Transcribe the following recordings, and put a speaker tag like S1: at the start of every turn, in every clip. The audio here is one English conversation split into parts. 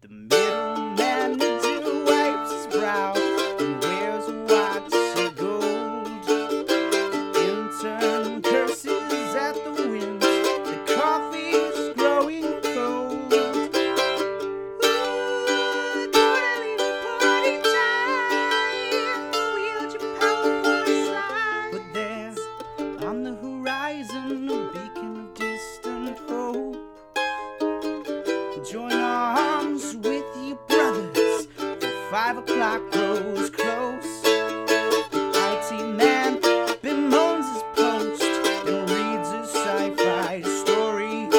S1: The middleman needs to wipe his brow and wears a watch of gold. Intern curses at the wind. The coffee's growing cold. Ooh, totally party time. Wield your power for a slide. But there's on the horizon a beacon of distant hope. Join arms with your brothers. for Five o'clock grows close. IT man bemoans his post and reads his sci-fi stories.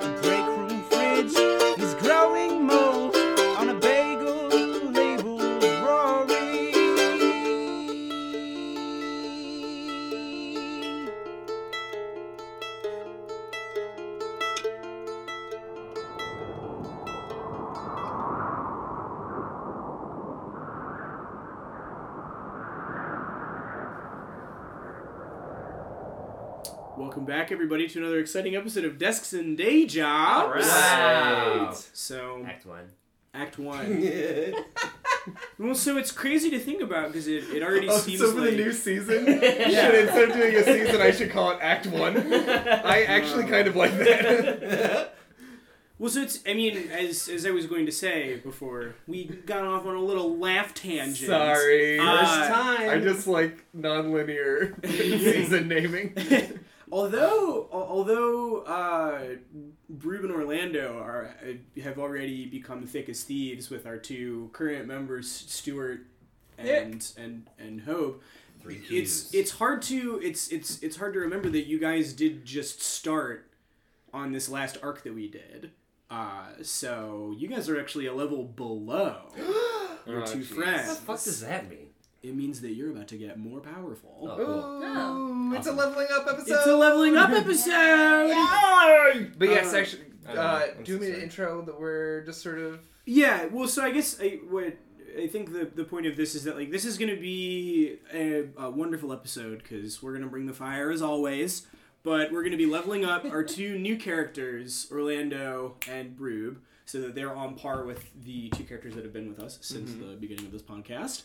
S1: The break room fridge is growing mold on a bagel labeled Rory.
S2: Welcome back, everybody, to another exciting episode of Desks and Day Jobs.
S3: Wow.
S2: So,
S3: Act one.
S2: Act One. well, so it's crazy to think about because it, it already
S4: Oh,
S2: seems
S4: so for
S2: like
S4: the new season, should, instead of doing a season, I should call it Act One. I actually kind of like that.
S2: Um, Well, so it's. I mean, as as I was going to say before, we got off on a little laugh tangent.
S4: Sorry,
S2: Uh,
S3: time.
S4: I just like non-linear season naming.
S2: Although, al- although uh, Rube and Orlando are uh, have already become thick as thieves with our two current members, Stuart and and and Hope.
S3: Three
S2: It's
S3: Qs.
S2: it's hard to it's it's it's hard to remember that you guys did just start on this last arc that we did. Uh, so you guys are actually a level below your
S4: Oh,
S2: two
S3: What the
S2: friends.
S3: fuck does that mean?
S2: It means that you're about to get more powerful.
S3: Oh, cool.
S4: Ooh, It's a
S3: Awesome.
S4: leveling up episode.
S2: It's a leveling up episode.
S4: But yes,
S2: Uh,
S4: actually,
S3: I don't know.
S4: uh,
S3: I'm
S4: do you want
S3: so
S4: me to
S3: sorry.
S4: intro that we're just sort of
S2: Yeah, well, so I guess I what I think the the point of this is that like this is gonna be a, a wonderful episode because we're gonna bring the fire as always, but we're gonna be leveling up our two new characters, Orlando and Brube, so that they're on par with the two characters that have been with us since the beginning of this podcast.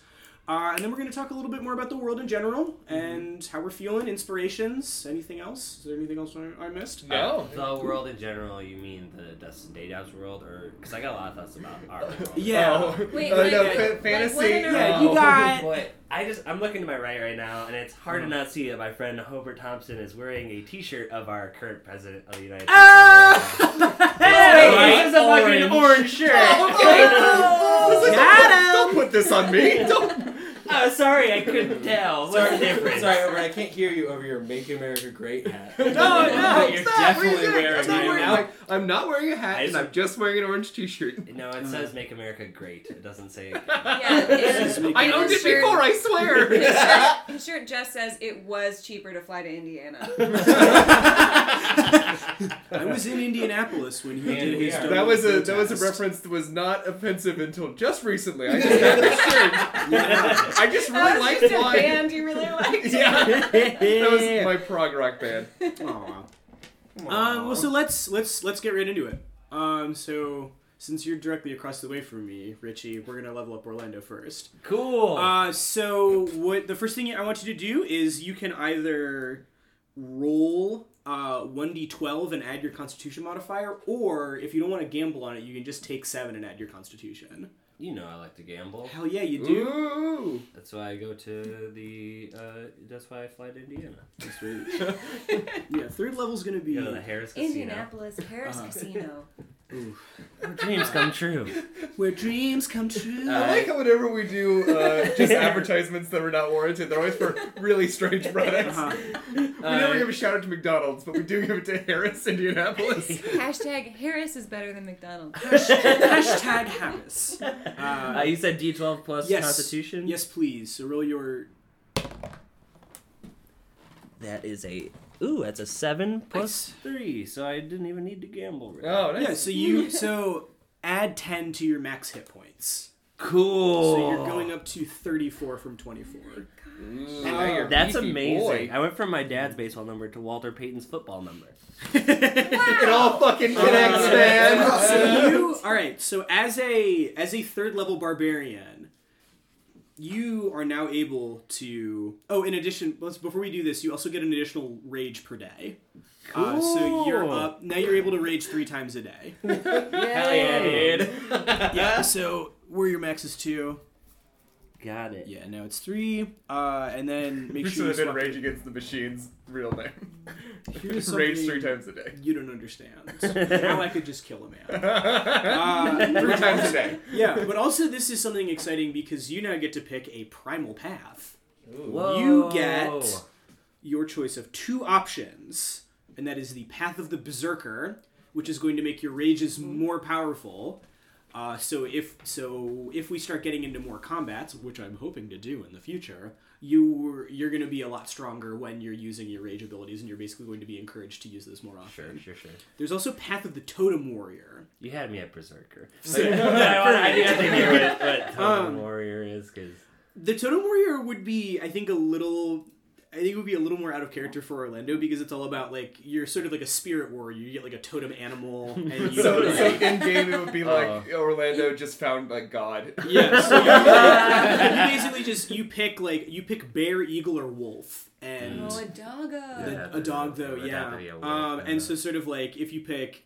S2: Uh, and then we're going to talk a little bit more about the world in general and how we're feeling, inspirations, anything else? Is there anything else I, I missed?
S4: no.
S3: The world in general, you mean the Dustin Day Jobs world, or because I got a lot of thoughts about our world. Oh.
S2: Yeah.
S4: Oh,
S5: Wait,
S4: oh,
S5: like-
S4: no,
S2: like-
S4: fa-
S5: like
S4: fantasy.
S5: what in a
S2: Yeah,
S4: no.
S2: you got.
S3: But I just I'm looking to my right right now, and it's hard to not see that my friend Hobart Thompson is wearing a T-shirt of our current president of the United States. of America.
S2: Hey!
S3: this is a fucking orange shirt.
S4: I was like,
S2: Got
S4: don't,
S2: him!
S4: don't put this on me. Don't.
S3: oh, sorry, I couldn't tell. What's the difference?
S6: Sorry, Robert, I can't hear you over your "Make America Great" hat. no,
S4: no,
S6: you're
S4: stop,
S6: definitely
S4: what are you doing?
S6: wearing it
S4: Stop wearing-
S6: now.
S4: like, I'm not wearing a hat,
S3: I
S4: and
S3: just-
S4: I'm just wearing an orange T-shirt.
S3: No, it says "Make America Great." It doesn't say.
S5: Yeah,
S2: This is
S5: it,
S4: I owned it before, I
S5: His
S4: swear.
S5: shirt, his shirt just says it was cheaper to fly to Indiana.
S4: Oh.
S2: I was in Indianapolis when he
S6: Man,
S2: did
S6: we
S2: his. E
S6: are.
S2: double
S4: that was a that was
S2: protest.
S4: a reference that was not offensive until just recently. I just had this shirt.
S2: Yeah.
S4: I just
S5: That
S4: really
S5: was
S4: liked
S5: just a
S4: why.
S5: band you really liked.
S4: Yeah, that was my prog rock band.
S2: Aw. Um, well, so let's let's let's get right into it. Um, so since you're directly across the way from me, Richie, we're gonna level up Orlando first.
S4: Oh.
S3: cool.
S2: Uh, so what the first thing I want you to do is you can either roll uh 1d12 and add your constitution modifier or if you don't want to gamble on it you can just take 7 and add your constitution.
S3: you know I like to gamble.
S2: Hell yeah, you do.
S4: Ooh,
S3: That's why I go to the. Uh, that's why I fly to Indiana.
S2: Yeah, third level's going to be
S3: Go to the Harris Casino.
S5: Indianapolis, Paris
S2: Uh-huh.
S5: Casino.
S3: Oh, Dreams come true.
S2: where dreams come true.
S4: I
S3: Uh,
S4: like how whenever we do uh, just advertisements that are not warranted, they're always for really strange products.
S2: Uh-huh.
S4: We never
S3: uh,
S4: give a shout out to McDonald's, but we do give it to Harris, Indianapolis.
S5: Hashtag Harris is better than McDonald's.
S2: Hashtag Harris.
S3: Uh, you said D twelve plus
S2: Yes.
S3: Constitution.
S2: Yes, please. So roll your.
S3: That is a. Ooh, that's a seven
S2: plus
S3: three. So I didn't even need to gamble. Really.
S4: Oh, nice.
S2: Yeah. So you so add ten to your max hit points.
S3: cool.
S2: So you're going up to thirty-four from twenty-four.
S4: And Mm, now you're a
S3: That's
S4: beefy
S3: amazing.
S4: boy.
S3: I went from my dad's baseball number to Walter Payton's football number.
S4: Uh, It all fucking connects, man.
S2: so you All right. So as a as a third level barbarian, you are now able to. Oh, in addition, let's, before we do this, you also get an additional rage per day. Uh, so you're
S3: Cool.
S2: up now. You're able to rage three times a day.
S3: Hell yeah, dude.
S2: yeah. So where your max is two.
S3: Got it.
S2: Yeah. Now it's three. Uh, and then make
S4: You
S2: sure you
S4: should have been
S2: swap.
S4: Rage Against the Machine's real name.
S2: Here's
S4: Rage
S2: something
S4: three times a day.
S2: You don't understand. How I could just kill a man. Uh,
S4: three times a day.
S2: Yeah, but also this is something exciting because you now get to pick a primal path.
S3: Whoa.
S2: You get
S3: Oh.
S2: your choice of two options, and that is the path of the berserker, which is going to make your rages more powerful. Uh, so if so, if we start getting into more combats, which I'm hoping to do in the future, you you're going to be a lot stronger when you're using your rage abilities, and you're basically going to be encouraged to use those more often.
S3: Sure, sure, sure.
S2: There's also path of the totem warrior.
S3: You had me at Berserker. But, I, wanna- I do have to hear what, what Totem
S2: Um,
S3: Warrior is, because
S2: The Totem Warrior would be, I think, a little. I think it would be a little more out of character for Orlando because it's all about like you're sort of like a spirit warrior. You get like a totem animal, and you
S4: So, so
S2: like,
S4: in game it would be like
S3: Oh.
S4: Orlando just found like God.
S2: yeah. So you, you basically just you pick like you pick bear, eagle, or wolf, and
S5: Oh, a doggo.
S2: the-
S3: Yeah.
S2: a dog though,
S3: It would have
S2: yeah.
S3: to be a wolf,
S2: um,
S3: yeah.
S2: and so sort of like if you pick.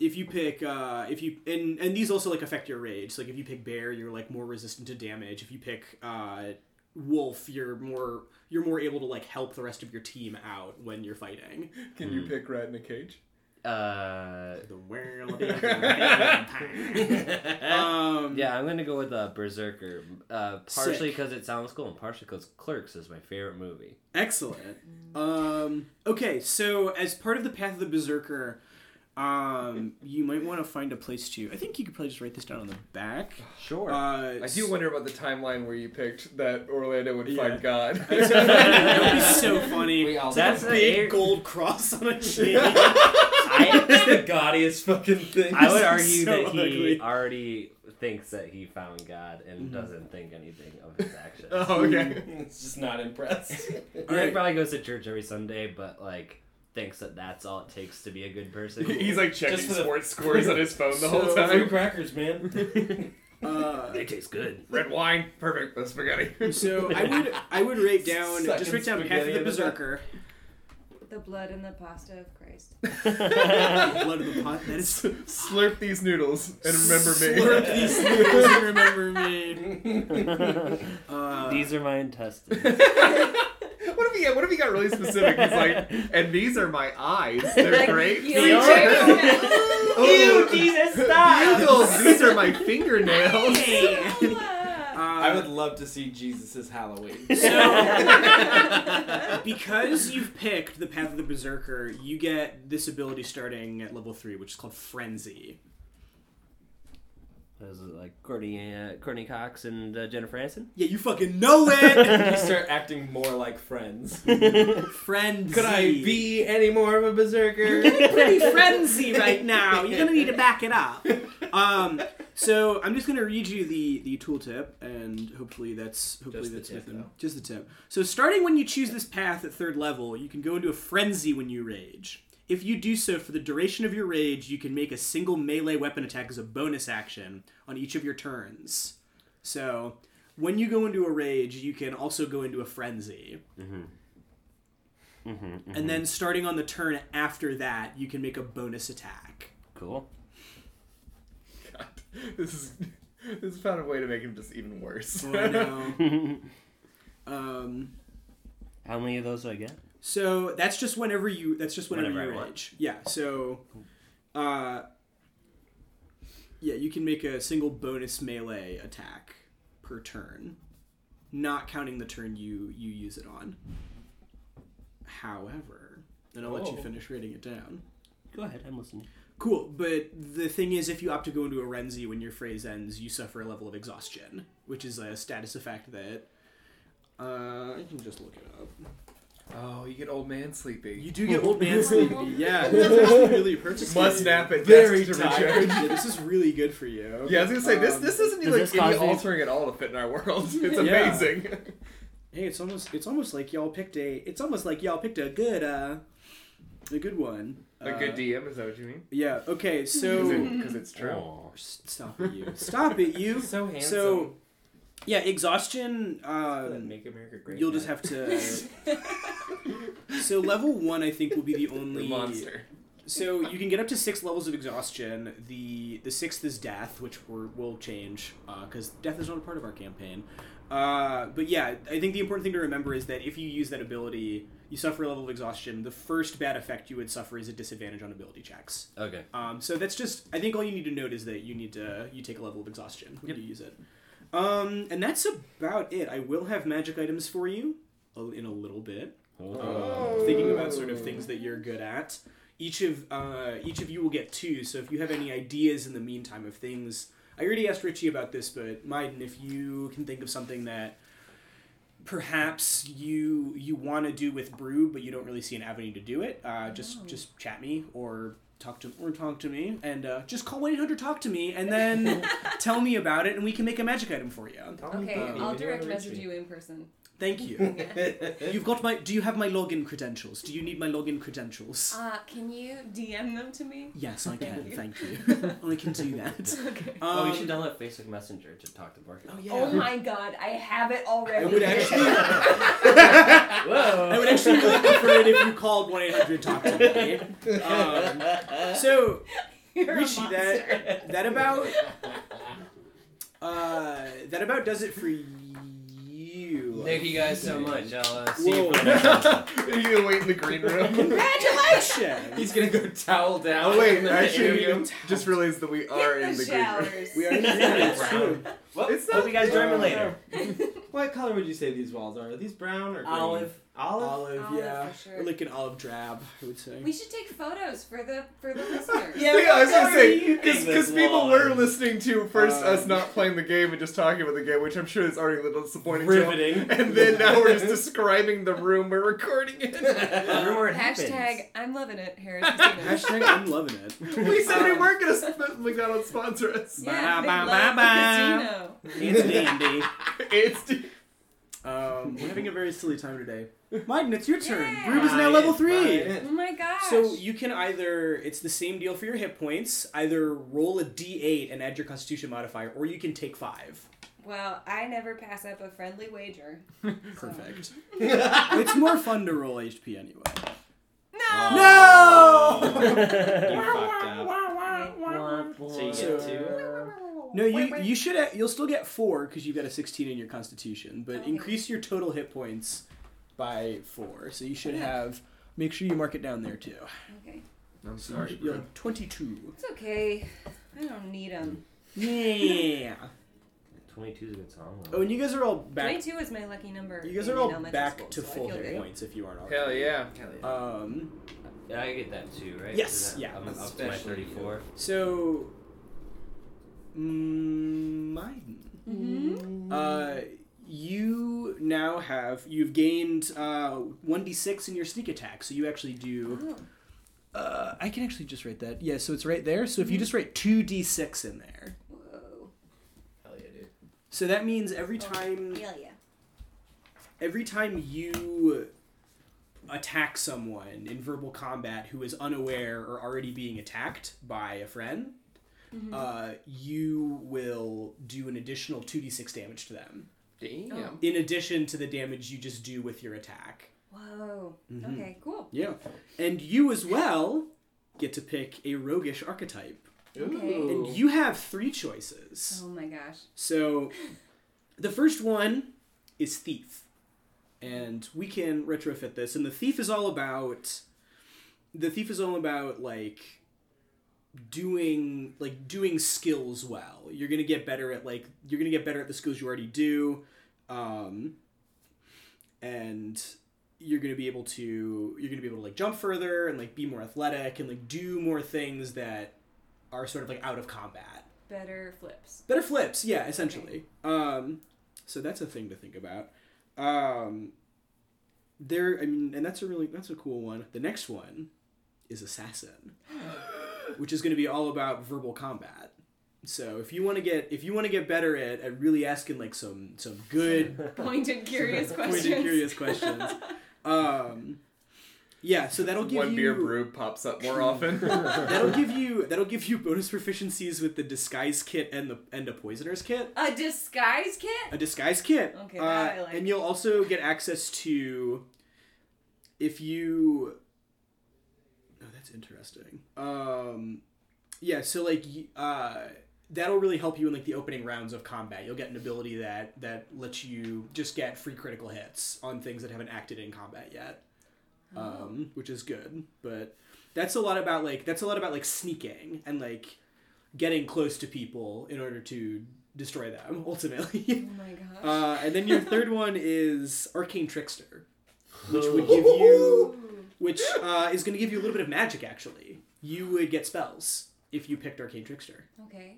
S2: If you pick, uh, if you and and these also like affect your rage. So, like if you pick bear, you're like more resistant to damage. If you pick uh, wolf, you're more you're more able to like help the rest of your team out when you're fighting.
S4: Can you pick rat in a cage?
S3: uh,
S2: The world of vampire. um,
S3: yeah, I'm gonna go with uh, Berserker. Uh, partially
S2: Sick.
S3: because it sounds cool, and partially because Clerks is my favorite movie.
S2: Excellent. Um, okay, so as part of the Path of the Berserker, um, you might want to find a place to. I think you could probably just write this down on the back.
S3: Sure.
S2: Uh,
S4: I do wonder about the timeline where you picked that Orlando would
S2: Yeah.
S4: find God.
S2: that would be so funny.
S1: We all
S3: That's
S1: know.
S3: a-
S2: Big gold cross on a chain.
S3: I,
S1: It's the gaudiest fucking thing.
S3: I would
S2: This is
S3: argue
S2: so
S3: that he
S2: ugly.
S3: already thinks that he found God and
S2: Mm-hmm.
S3: doesn't think anything of his actions.
S2: Uh,
S4: oh, okay.
S1: It's just not impressed.
S3: He
S2: Alright.
S3: probably goes to church every Sunday, but like thinks that that's all it takes to be a good person.
S4: He's like checking
S1: Just for the-
S4: sports scores on his phone the whole
S1: So, Three
S4: time.
S1: crackers, man.
S2: Uh,
S3: they taste good.
S4: Red wine, perfect. The spaghetti.
S2: so I would I would write down
S1: Sucking
S2: just write down Path of
S1: spaghetti
S2: the
S1: in the back.
S2: Berserker.
S5: The blood and the pasta of Christ.
S2: Blood of the pot. That is
S4: Slurp these noodles and remember me.
S2: Slurp these noodles and remember me. Uh,
S3: These are my intestines.
S4: What if he? What if he got really specific? He's like, and these are my eyes. They're
S5: Like,
S4: great.
S5: you
S4: They
S5: know,
S4: are-
S3: Ew,
S4: Ooh,
S3: Jesus, stop!
S4: noodles. These are my fingernails.
S2: uh,
S5: Noah.
S1: I would love to see Jesus' Halloween.
S2: So, because you've picked the path of the berserker, you get this ability starting at level three, which is called frenzy.
S3: Those are like Courtney, uh, Courtney Cox and uh, Jennifer Aniston.
S2: Yeah, you fucking know it.
S1: you start acting more like friends.
S2: frenzy.
S1: Could I be any more of a berserker?
S2: pretty frenzy right now? You're gonna need to back it up. Um, so I'm just gonna read you the the tooltip, and hopefully that's hopefully
S1: Just the
S2: that's
S1: tip,
S2: within-
S1: though.
S2: just the tip. So starting when you choose this path at third level, you can go into a frenzy when you rage. If you do so for the duration of your rage, you can make a single melee weapon attack as a bonus action on each of your turns. So when you go into a rage, you can also go into a frenzy.
S1: Mm-hmm.
S2: And then starting on the turn after that, you can make a bonus attack.
S3: Cool.
S4: This is. This is found a way to make him just even worse.
S2: Oh, I know. um,
S3: How many of those do I get?
S2: so that's just whenever you. That's just whenever,
S3: Whenever I
S2: you
S3: want.
S2: rage. Yeah. So, uh, yeah, you can make a single bonus melee attack per turn, not counting the turn you you use it on. However, and I'll let you
S1: Oh.
S2: finish reading it down.
S3: Go ahead, I'm listening.
S2: Cool, but the thing is, if you opt to go into a Renzi when your phrase ends, you suffer a level of exhaustion, which is a status effect that. Uh, I can just look it up.
S4: Oh, you get old man
S2: You
S4: sleepy.
S2: do get old man sleepy. Yeah, this is actually really perfect. for
S4: Must
S2: you.
S4: nap at
S1: Very
S4: desk to
S1: tired.
S4: recharge.
S2: Yeah, this is really good for you.
S4: Yeah, I was gonna say this.
S2: Um,
S4: This doesn't need
S3: does
S4: like
S3: this
S4: any
S3: cause these-
S4: altering at all to fit in our world. It's
S2: Yeah.
S4: amazing.
S2: Hey, it's almost it's almost like y'all picked a it's almost like y'all picked a good uh a good one.
S7: A good DM, is that what you mean?
S2: Yeah. Okay. So
S7: Because it's true.
S3: Aw.
S2: stop it, you. Stop it, you.
S3: So handsome.
S2: So yeah, exhaustion.
S3: That
S2: Um,
S3: make America great.
S2: you'll just
S3: now.
S2: have to. so level one, I think, will be the only
S3: the monster.
S2: So you can get up to six levels of exhaustion. The the sixth is death, which we're, will change because death is not a part of our campaign. Uh, but yeah, I think the important thing to remember is that if you use that ability, you suffer a level of exhaustion. The first bad effect you would suffer is a disadvantage on ability checks.
S3: Okay.
S2: Um, so that's just I think all you need to note is that you need to you take a level of exhaustion when you use it. Um, and that's about it. I will have magic items for you uh, in a little bit Um, thinking about sort of things that you're good at. Each of uh, each of you will get two. So if you have any ideas in the meantime of things, I already asked Richie about this, but Maiden, if you can think of something that perhaps you you want to do with Brew, but you don't really see an avenue to do it, uh, just just chat me or. Talk to or talk to me, and uh, just call one eight hundred talk to me, and then tell me about it, and we can make a magic item for you.
S5: Okay,
S3: Um,
S5: I'll
S3: you
S5: direct
S3: wanna reach
S5: message
S3: me?
S5: you in person.
S2: Thank you. You've got my. Do you have my login credentials? Do you need my login credentials?
S5: Uh, can you DM them to me?
S2: Yes, I can.
S5: Thank
S2: Thank you. I can do that.
S5: Okay.
S2: Um,
S8: oh, we should download Facebook Messenger to talk to Bark.
S2: oh, yeah.
S5: Oh my god, I have it already.
S2: I would actually,
S8: Whoa.
S2: I would actually really prefer it if you called one eight hundred talk to me. Um, so
S5: You're a
S2: Richie,
S5: monster.
S2: that that about uh, that about does it for you.
S3: Thank you guys so much. I'll uh, see
S2: Whoa.
S3: you for the next one.
S7: Are you gonna wait in the green room?
S5: Congratulations!
S2: Congratulations.
S3: He's gonna go towel down.
S7: Oh wait,
S3: in the
S7: I shouldn't
S3: interview.
S7: even just realized that we are
S5: Hit
S7: in
S5: the
S7: the green room.
S5: showers.
S2: We are
S8: It's true. Well,
S7: It's
S8: hope
S7: not-
S8: you guys join me
S7: uh,
S8: later.
S3: What color would you say these walls are? Are these brown or green?
S8: Olive.
S3: Olive.
S2: Olive,
S5: Olive
S2: yeah,
S5: Oh, for sure.
S2: or like an olive drab, I would say.
S5: We should take photos for the for the listeners.
S7: Yeah, I was gonna
S8: Sorry,
S7: say
S8: you think
S7: because
S8: this
S7: people
S8: long.
S7: were listening to first
S2: Uh,
S7: us not playing the game and just talking about the game, which I'm sure is already a little disappointing. to them.
S3: Riveting.
S7: And then now we're just describing the room we're recording in.
S8: The rumor it happens.
S5: Hashtag I'm loving it, Harris Casino.
S2: Hashtag I'm loving it.
S7: we said we weren't gonna sp- McDonald's sponsor us.
S2: Ba-
S5: yeah, they
S2: ba-
S5: love
S2: ba-
S5: the casino.
S2: It's dandy.
S7: It's
S2: Um, we're having a very silly time today. Martin, it's your turn.
S5: Yeah.
S2: Rube is now
S3: Fine,
S2: level three.
S3: fine.
S5: Oh my gosh.
S2: So you can either it's the same deal for your hit points. Either roll a d8 and add your Constitution modifier, or you can take five.
S5: well, I never pass up a friendly wager. so-
S2: Perfect. it's more fun to roll HP anyway.
S5: No.
S2: No.
S3: You fucked up. So you
S2: So-
S3: get two.
S2: No, you you should a- you'll still get four because you've got a 16 in your Constitution, but
S5: Okay.
S2: increase your total hit points by four. So you should have. Make sure you mark it down there too.
S5: Okay,
S7: I'm sorry,
S2: You'll have 22.
S5: it's okay. I don't need them.
S2: Yeah.
S8: 22 is a good song.
S2: Oh, and you guys are all back.
S5: Twenty-two is my lucky number.
S2: You guys
S5: in
S2: are all
S5: elementary
S2: back
S5: school,
S2: to
S5: so I
S2: full
S5: feel
S2: hit
S5: good.
S2: points if you aren't already.
S7: Hell yeah.
S2: Um.
S8: Yeah, I get that too, right?
S2: Yes,
S8: Isn't that-
S2: yeah.
S8: I'm up to my
S3: Especially
S8: 34.
S2: So. mm, Mine.
S5: Mm-hmm.
S2: Uh, you now have you've gained uh one d six in your sneak attack, so you actually do.
S5: Oh.
S2: Uh, I can actually just write that. Yeah, so it's right there. So if you just write two d six in there,
S5: Whoa.
S3: Hell yeah, dude.
S2: so that means every time
S5: Hell yeah.
S2: every time you attack someone in verbal combat who is unaware or already being attacked by a friend, uh, you will do an additional 2d6 damage to them,
S7: Damn.
S2: in addition to the damage you just do with your attack.
S5: Whoa.
S2: Mm-hmm.
S5: Okay, cool.
S2: Yeah. And you as well get to pick a roguish archetype.
S5: Okay.
S4: Oh.
S2: And you have three choices.
S5: Oh my gosh.
S2: So, the first one is Thief. And we can retrofit this. And the Thief is all about. The Thief is all about, like doing like doing skills well you're gonna get better at like you're gonna get better at the skills you already do um and you're gonna be able to you're gonna be able to like jump further and like be more athletic and like do more things that are sort of like out of combat
S5: Better flips.
S2: Better flips, yeah, essentially. Um, so that's a thing to think about. Um, there, I mean, and that's a really that's a cool one. The next one is assassin, which is going to be all about verbal combat. So if you want to get if you want to get better at, at really asking like some some good
S5: Pointed curious questions.
S2: pointed curious questions, um, Yeah, so that'll give
S7: One
S2: you
S7: beer brew pops up more often.
S2: That'll give you that'll give you bonus proficiencies with the disguise kit and the and a poisoner's kit.
S5: A disguise kit?
S2: A disguise kit.
S5: Okay, that I like.
S2: And you'll also get access to if you Oh, that's interesting. Um yeah, so like y- uh that'll really help you in like the opening rounds of combat. You'll get an ability that that lets you just get free critical hits on things that haven't acted in combat yet.
S5: Oh.
S2: Um which is good, but that's a lot about like that's a lot about like sneaking and like getting close to people in order to destroy them ultimately.
S5: Oh my gosh.
S2: Uh, and then your third one is Arcane Trickster, which would give you, which uh, is going to give you a little bit of magic. Actually, you would get spells if you picked Arcane Trickster.
S5: okay.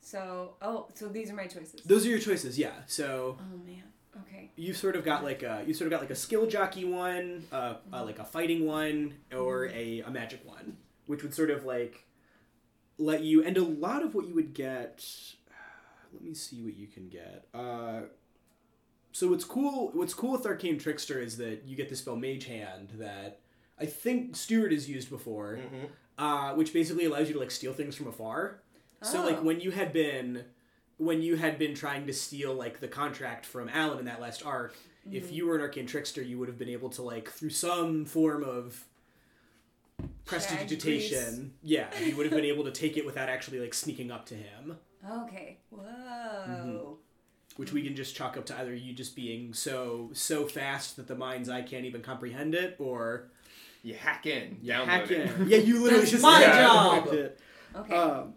S5: So, oh, so these are my choices.
S2: Those are your choices, yeah. So
S5: oh man. Okay.
S2: you sort of got like a you sort of got like a skill jockey one, uh, uh, like a fighting one, or a, a magic one, which would sort of like let you. And a lot of what you would get. Let me see what you can get. Uh, so what's cool? What's cool with Arcane Trickster is that you get the spell Mage Hand that I think Stewart has used before, uh, which basically allows you to like steal things from afar. So like
S5: Oh.
S2: when you had been when you had been trying to steal like the contract from Alan in that last arc, if
S1: Mm-hmm.
S2: you were an arcane trickster, you would have been able to like through some form of prestidigitation, yeah, you would have been able to take it without actually like sneaking up to him,
S5: Okay. Whoa.
S2: Mm-hmm. which we can just chalk up to either you just being so so fast that the mind's eye can't even comprehend it, or
S7: you hack in,
S2: you
S7: download
S2: hack
S7: it.
S2: in. Yeah, you literally just
S1: my
S2: yeah,
S1: job.
S2: cracked it.
S5: Okay.
S2: Um,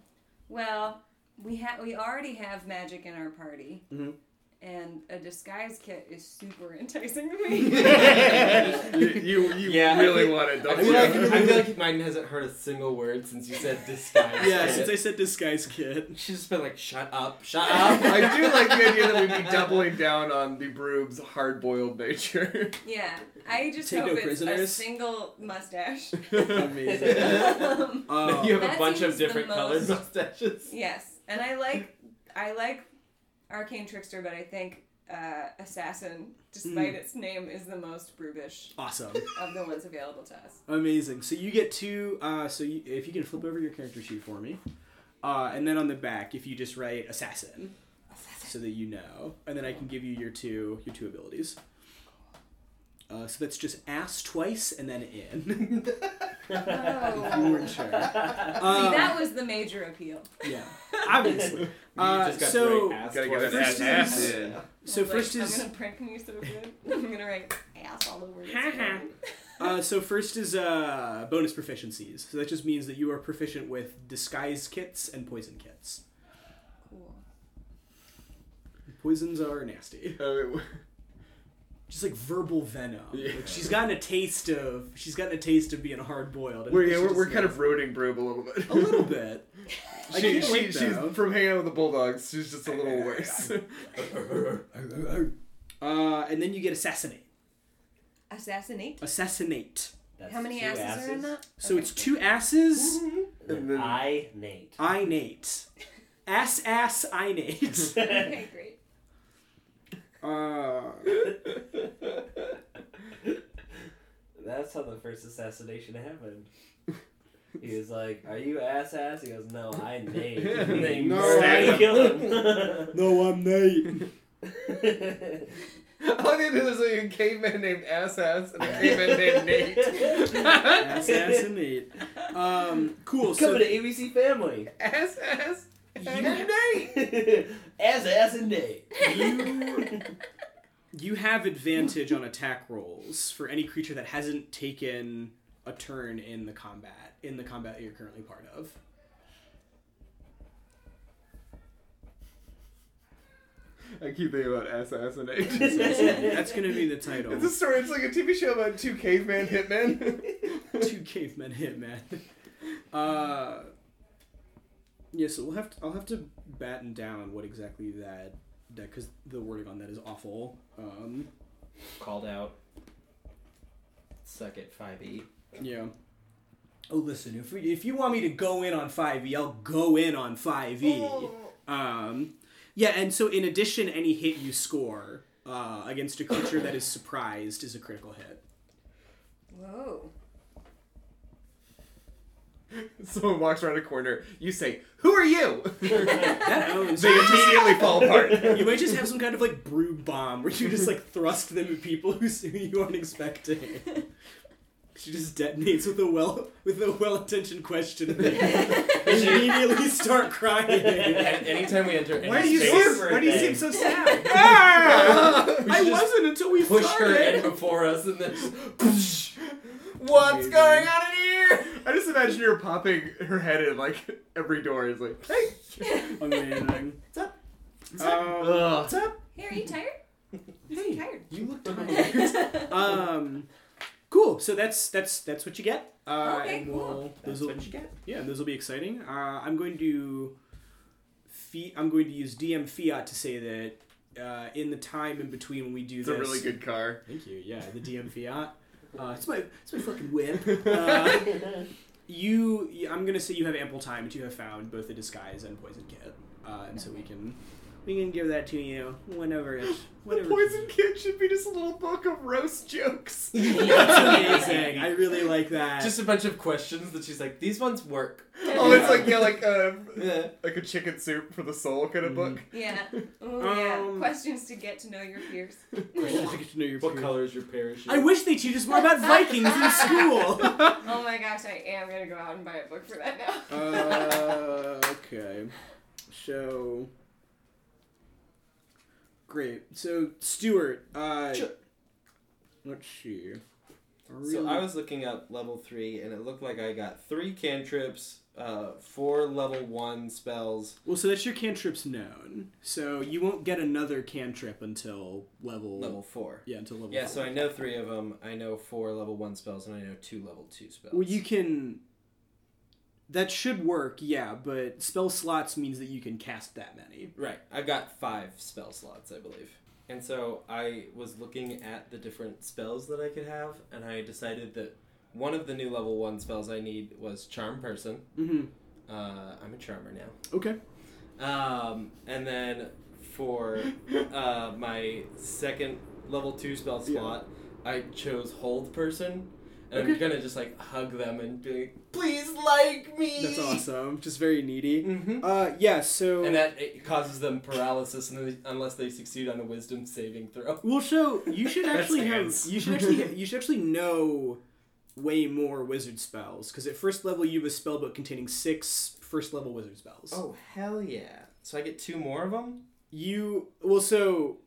S5: well, we have we already have magic in our party.
S2: Mhm.
S5: And a disguise kit is super enticing to me.
S7: you you, you
S3: Yeah, I
S7: really
S3: feel-
S7: want it,
S3: I
S7: don't
S3: feel,
S7: you?
S3: like, I feel like mine hasn't heard a single word since you said disguise.
S2: yeah,
S3: kit.
S2: since I said disguise kid.
S3: She's just been like, shut up, shut up.
S7: Um, I do like the idea that we'd be doubling down on the broom's hard boiled nature.
S5: yeah. I just
S2: Take no
S5: hope it's a
S2: prisoners.
S5: single mustache.
S2: Amazing.
S5: Um,
S2: Um,
S3: you have
S5: That
S3: a bunch
S5: seems
S3: of
S5: the
S3: different
S5: most-
S3: colored mustaches.
S5: yes. And I like I like Arcane Trickster, but I think uh, Assassin, despite
S2: Mm.
S5: its name, is the most brutish
S2: awesome.
S5: of the ones available to us.
S2: Amazing. So you get two. Uh, so you, if you can flip over your character sheet for me, uh, and then on the back, if you just write assassin, so that you know, and then I can give you your two your two abilities. Uh, so that's just ass twice and then in.
S5: Oh.
S2: you weren't sure.
S5: See,
S2: Um,
S5: that was the major appeal.
S2: yeah, obviously.
S3: You
S2: Uh,
S3: just got
S2: so-
S3: great ass
S7: Gotta get an
S3: twerking.
S7: ass,
S2: First
S7: ass
S2: is-
S7: in.
S2: So
S5: I was
S2: first
S5: like,
S2: is
S5: I'm gonna prank me so good. I'm gonna write ass all over. this phone.
S2: uh, so first is uh, bonus proficiencies. So that just means that you are proficient with disguise kits and poison kits.
S5: cool.
S2: Poisons are nasty.
S7: Uh,
S2: just like verbal venom.
S7: Yeah.
S2: Like she's gotten a taste of she's gotten a taste of being hard boiled.
S7: we're, yeah, we're, we're kind of ruining Broom a little bit.
S2: a little bit. Oh, I
S7: She,
S2: can't
S7: she,
S2: wait,
S7: she's
S2: though.
S7: from hanging out with the Bulldogs. She's just a little worse.
S2: Uh, and then you get assassinate.
S5: Assassinate.
S2: Assassinate.
S8: That's
S5: How many
S8: two
S5: asses, are in that?
S2: So
S5: Okay.
S2: it's two asses.
S7: and then
S8: I Nate.
S2: I Nate. Ass ass I Nate.
S5: Okay, great.
S2: uh,
S8: That's how the first assassination happened. He was like, "Are you ass ass?" He goes, "No, I Nate." And they
S2: No,
S8: murdered
S7: I-
S8: him.
S2: no, I'm Nate.
S7: I like that there's a caveman named Ass Ass and a caveman named Nate.
S2: ass ass and Nate. Um, cool.
S8: Coming to
S2: So
S8: ABC Family.
S7: Ass Ass and Nate.
S8: ass ass and Nate.
S2: you you have advantage on attack rolls for any creature that hasn't taken a turn in the combat in the combat that you're currently part of.
S7: I keep thinking about Ass Ass and Nate.
S2: That's gonna be the title.
S7: It's a story. It's like a TV show about two caveman hitmen.
S2: Two cavemen hitman. Uh, yeah, so we'll have to, I'll have to batten down what exactly that that because the wording on that is awful. Um,
S3: Called out. Suck it, 5e.
S2: yeah. Oh, listen, if we, if you want me to go in on five E, I'll go in on five E. Um, yeah, and so in addition, any hit you score uh, against a creature that is surprised is a critical hit.
S5: Whoa.
S4: Someone walks around a corner. You say, "Who are you?"
S2: That
S3: Oh,
S2: owns
S4: they
S2: you.
S4: immediately fall apart.
S2: You might just have some kind of like brew bomb where you just like thrust them at people who s- who you aren't expecting. She just detonates with a well with a well intentioned question and then immediately start crying.
S3: And anytime we enter, any
S2: Why do you
S3: space
S2: seem
S3: for a
S2: Why do you
S3: thing,
S2: seem so sad?
S4: Ah!
S2: I wasn't until we
S3: Push her in
S2: started.
S3: before us, and then just
S4: What's going on in here? I just imagine her popping her head in like every door. Is like, hey,
S2: Amazing.
S4: what's up?
S2: Um,
S4: What's up?
S5: Hey, are you tired? I'm
S2: hey,
S5: tired.
S3: you look tired.
S5: That's
S2: um, cool. So that's that's that's what you get. Uh,
S5: Okay,
S2: and
S5: cool.
S2: we'll,
S1: That's
S2: this'll-
S1: what you get.
S2: Yeah, and those will be exciting. Uh, I'm going to fee- I'm going to use DM fiat to say that uh, in the time in between when we do
S4: It's
S2: this.
S4: a really good car.
S2: Thank you. Yeah, the DM fiat. Uh, it's my it's my fucking whip. Uh, you, y- I'm gonna say you have ample time to have found both the disguise and poison kit, uh, and so we can we can give that to you whenever it's
S4: The
S2: whenever.
S4: poison kid should be just a little book of roast jokes.
S2: That's amazing. I really like that.
S3: Just a bunch of questions that she's like, these ones work.
S4: Oh, it's like yeah, like a
S3: Yeah.
S4: like a chicken soup for the soul kind of book.
S5: Yeah. Oh, yeah.
S2: Um,
S5: Questions to get to know your peers.
S2: Questions to get to know your
S3: What
S2: peers.
S3: color is your parachute?
S2: I wish they teach us more about Vikings in school.
S5: Oh my gosh, I am gonna go out and buy a book for that now.
S2: uh, okay. So. Great. So, Stuart, uh.
S3: Sure.
S2: Let's see. Are we-
S3: So I was looking up level three, and it looked like I got three cantrips, uh, four level one spells.
S2: Well, so that's your cantrips known. So you won't get another cantrip until level.
S3: Level four.
S2: Yeah, until level.
S3: Yeah, so
S2: four.
S3: I know three of them. I know four level one spells, and I know two level two spells.
S2: Well, you can. That should work, yeah, but spell slots means that you can cast that many.
S3: Right. I've got five spell slots, I believe. And so I was looking at the different spells that I could have, and I decided that one of the new level one spells I need was Charm Person.
S2: Mm
S3: Uh, I'm a charmer now.
S2: hmm. Okay.
S3: Um, and then for uh, my second level two spell
S2: Yeah.
S3: slot, I chose Hold Person. And
S2: Okay.
S3: I'm gonna just like hug them and be like, please like me!
S2: That's awesome. Just very needy.
S3: hmm
S2: Uh, yeah, so.
S3: And that it causes them paralysis and they, unless they succeed on a wisdom saving throw.
S2: Well, so you should
S3: That's
S2: actually have
S3: hands.
S2: you should actually you should actually know way more wizard spells because at first level you have a spell book containing six first level wizard spells.
S3: Oh hell yeah! So I get two more of them.
S2: You well, so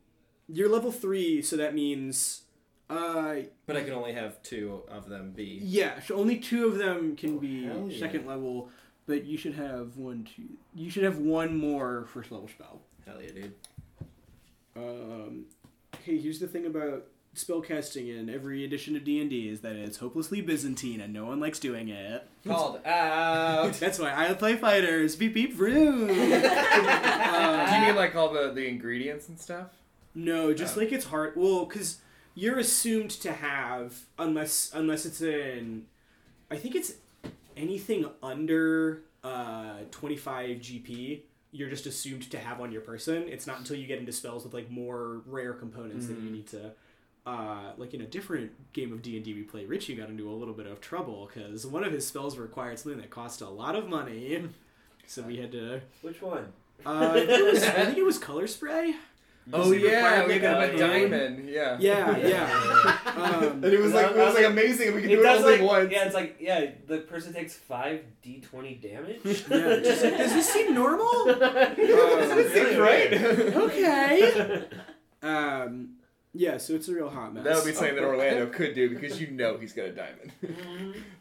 S2: you're level three, so that means uh
S3: But I can only have two of them be.
S2: yeah, so only two of them can be
S3: hell yeah.
S2: second level, but you should have one two. You should have one more first level spell.
S3: Hell yeah, dude!
S2: Um, hey, here's the thing about spellcasting in every edition of D&D is that it's hopelessly Byzantine and no one likes doing it.
S3: Called out.
S2: That's why I play fighters. Beep beep vroom.
S4: Do you mean like all the the ingredients and stuff?
S2: no, just
S4: Oh.
S2: like it's hard. Well, because you're assumed to have unless unless it's in, I think it's anything under uh 25 GP. You're just assumed to have on your person. It's not until you get into spells with like more rare components that you need to. Uh, like in a different game of D and D we play, Richie got into a little bit of trouble because one of his spells required something that cost a lot of money, so we had to
S1: Which one?
S2: Uh, I, think it was, I think it was color spray.
S4: Oh
S3: it
S4: yeah,
S3: required
S4: we
S3: like
S4: got
S3: a
S4: him a diamond. Yeah.
S2: Yeah, yeah.
S4: And
S2: Um,
S4: it was like it was like amazing. We could do it only
S1: like
S4: once.
S1: yeah, it's like yeah, the person takes five d twenty damage.
S2: yeah, just like, does this seem normal? Um,
S4: Doesn't it seem
S1: Really
S4: right?
S2: Okay. Um, yeah, so it's a real hot mess.
S4: That would be something that Orlando could do because you know he's got a diamond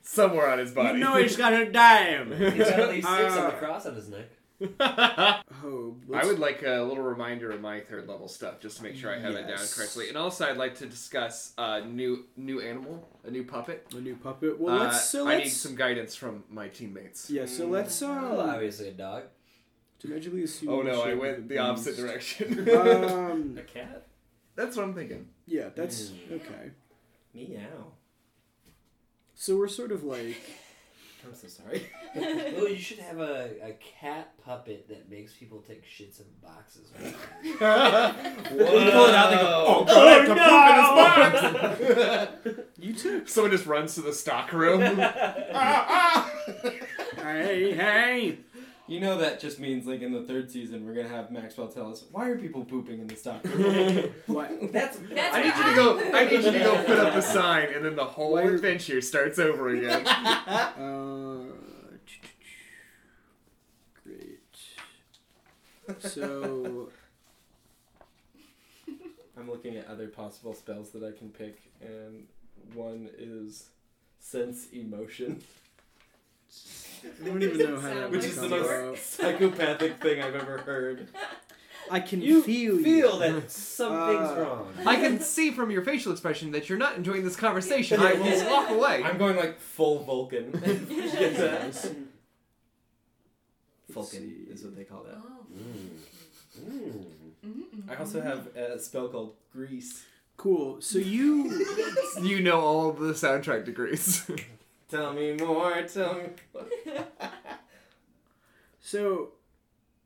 S4: somewhere on his
S2: Mm-hmm. Oh, You
S4: body.
S2: know he's got a dime.
S1: He's got at least six on the
S2: Uh,
S1: cross on his neck.
S2: Oh,
S4: I
S2: let's-
S4: would like a little reminder of my third level stuff just to make sure I have it down
S2: Yes.
S4: correctly. And also, I'd like to discuss a new new animal, a new puppet.
S2: a new puppet. Well,
S4: Uh,
S2: let's so
S4: I
S2: let's
S4: need some Mm. guidance from my teammates.
S2: yeah. So let's
S1: Well,
S2: um,
S1: obviously a dog.
S2: to magically assume.
S4: Oh no,
S2: shape
S4: I
S2: of
S4: went
S2: the
S4: the opposite
S2: beast.
S4: direction.
S2: Um,
S1: A cat.
S4: That's what I'm thinking.
S2: yeah, that's okay.
S3: Meow.
S2: So we're sort of like
S3: I'm so sorry.
S8: Oh, you should have a, a cat puppet that makes people take shits in boxes.
S3: They pull it out, they go,
S7: oh god, I have to
S8: Oh,
S7: poop in this box.
S2: You too.
S7: Someone just runs to the stock room. ah, ah.
S2: Hey, hey.
S3: You know that just means like in the third season we're gonna have Maxwell tell us why are people pooping in the stock room?
S2: What?
S8: That's,
S5: That's
S7: I need you to go. I need you to go put up a sign, and then the whole adventure starts over again.
S2: Uh, great. So
S3: I'm looking at other possible spells that I can pick, and one is sense emotion,
S2: I don't even know how that
S5: Sound
S3: which
S5: like
S3: is the
S2: would
S5: some
S2: come
S5: sort.
S2: out.
S3: most psychopathic thing I've ever heard.
S2: I can
S8: You
S2: feel,
S8: feel
S2: you.
S8: that something's
S2: Uh,
S8: wrong.
S4: I can see from your facial expression that you're not enjoying this conversation. I will walk away.
S3: I'm going like full Vulcan. Get that? Vulcan is what they call that.
S5: Oh.
S8: Mm. Mm.
S3: I also
S4: Mm.
S3: have a spell called Grease.
S2: Cool. So you
S4: You know all the soundtrack degrees.
S3: Tell me more. Tell me.
S2: So,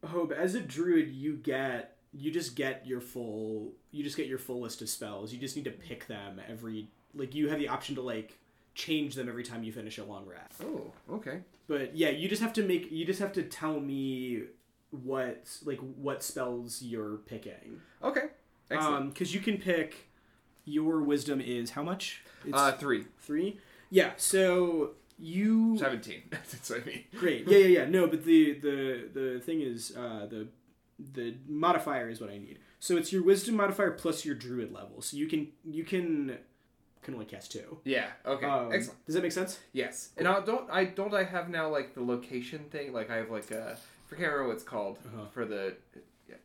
S2: Hope, as a druid, you get you just get your full you just get your full list of spells. You just need to pick them every like you have the option to like change them every time you finish a long rest.
S4: oh, okay.
S2: But yeah, you just have to make you just have to tell me what like what spells you're picking.
S4: Okay. Excellent.
S2: Um cuz you can pick your wisdom is how much? It's
S4: uh, three.
S2: 3. Yeah, so you
S4: Seventeen. That's what I mean.
S2: Great. Yeah, yeah, yeah. No, but the the the thing is uh, the the modifier is what I need. So it's your wisdom modifier plus your druid level. So you can you can can only cast two.
S4: Yeah. Okay.
S2: Um,
S4: Excellent.
S2: Does that make sense?
S4: Yes. And I don't. I don't. I have now like the location thing. Like I have like a. I can't remember what it's called
S2: Uh-huh.
S4: for the, yeah,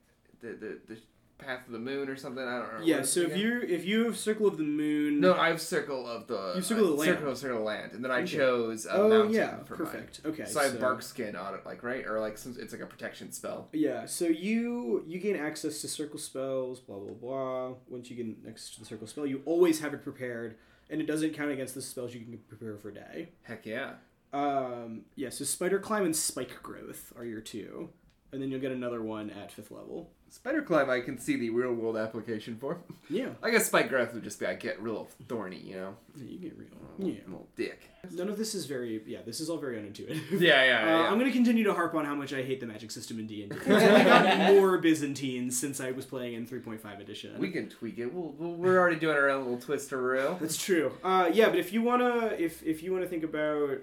S4: the the the path of the moon or something. I don't know.
S2: yeah.
S4: what it's
S2: So if
S4: again.
S2: you if you have circle of the moon.
S4: No, I have circle of the.
S2: You circle the
S4: uh,
S2: land.
S4: Circle of circle of land, and then I
S2: Okay.
S4: chose a
S2: oh
S4: mountain
S2: yeah.
S4: for mine.
S2: Perfect. Okay.
S4: so I have bark skin on it, like right, or like some, it's like a protection spell.
S2: Yeah, so you you gain access to circle spells, blah blah blah. Once you get access to the circle spell, you always have it prepared, and it doesn't count against the spells you can prepare for a day.
S4: Heck yeah!
S2: Um, yeah, so spider climb and spike growth are your two, and then you'll get another one at fifth level.
S4: Spider climb, I can see the real world application for.
S2: Yeah,
S4: I guess spike growth would just be I get real thorny, you know,
S2: you get real.
S4: yeah.
S2: Yeah,
S4: little dick.
S2: none of this is very. Yeah, this is all very unintuitive.
S4: Yeah,
S2: Uh,
S4: yeah, yeah.
S2: I'm gonna continue to harp on how much I hate the magic system in D and D. I got more Byzantine since I was playing in 3.5 edition.
S4: we can tweak it. We'll, we'll, we're already doing our own little twisteroo.
S2: That's true. Uh, yeah, but if you wanna, if if you wanna think about,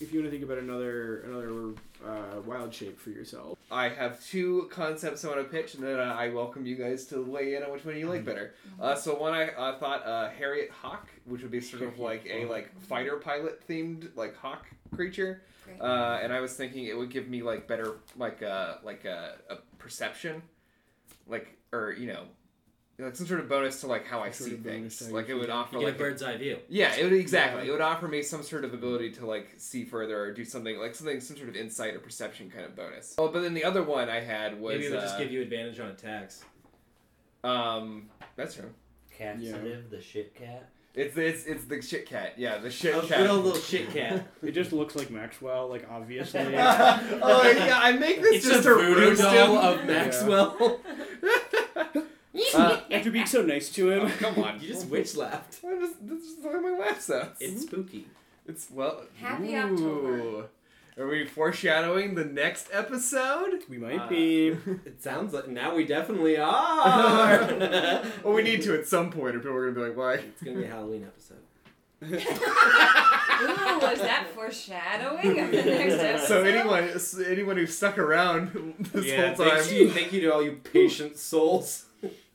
S2: if you wanna think about another another uh, wild shape for yourself.
S4: I have two concepts I want to pitch, and then uh, I welcome you guys to weigh in on which one you
S2: Mm-hmm.
S4: like better. Uh, so one I uh, thought uh, Harriet Hawk, which would be sort of like a like fighter pilot themed like hawk creature,
S5: Great.
S4: uh, and I was thinking it would give me like better like uh, like uh, a perception, like or you know, like some sort of bonus to like how I
S2: Some sort
S4: see
S2: of bonus
S4: things.
S2: to how you
S4: Like it would offer
S3: You get
S4: like
S3: a
S4: a-
S3: bird's eye view.
S4: yeah, it would exactly. It would offer me some sort of ability to like see further or do something like something some sort of insight or perception kind of bonus. Oh, but then the other one I had was
S3: Maybe it would just
S4: uh,
S3: give you advantage on attacks.
S4: um that's true.
S8: Cats
S2: Yeah.
S8: live the shit cat.
S4: It's it's it's the shit cat. Yeah, the shit
S8: A
S4: cat.
S8: good old little shit cat.
S2: It just looks like Maxwell, like obviously.
S4: oh yeah, I make this
S3: It's
S4: just
S3: a
S4: to
S3: voodoo
S4: roast him.
S3: doll of Maxwell.
S4: Uh,
S2: After being so nice to him.
S4: oh, come on,
S3: you just witch laughed.
S4: I'm just this is how my laugh sounds.
S3: It's spooky.
S4: It's well.
S5: Happy
S4: ooh. Are we foreshadowing the next episode?
S2: We might
S3: Uh,
S2: be.
S3: It sounds like now we definitely are.
S4: Well, we need to at some point, or people are gonna be like, "Why?"
S3: It's gonna be a Halloween episode.
S5: Ooh, was that foreshadowing of the next episode?
S4: So anyone, s- anyone who stuck around this whole time,
S3: Thank you, thank you to all you patient souls.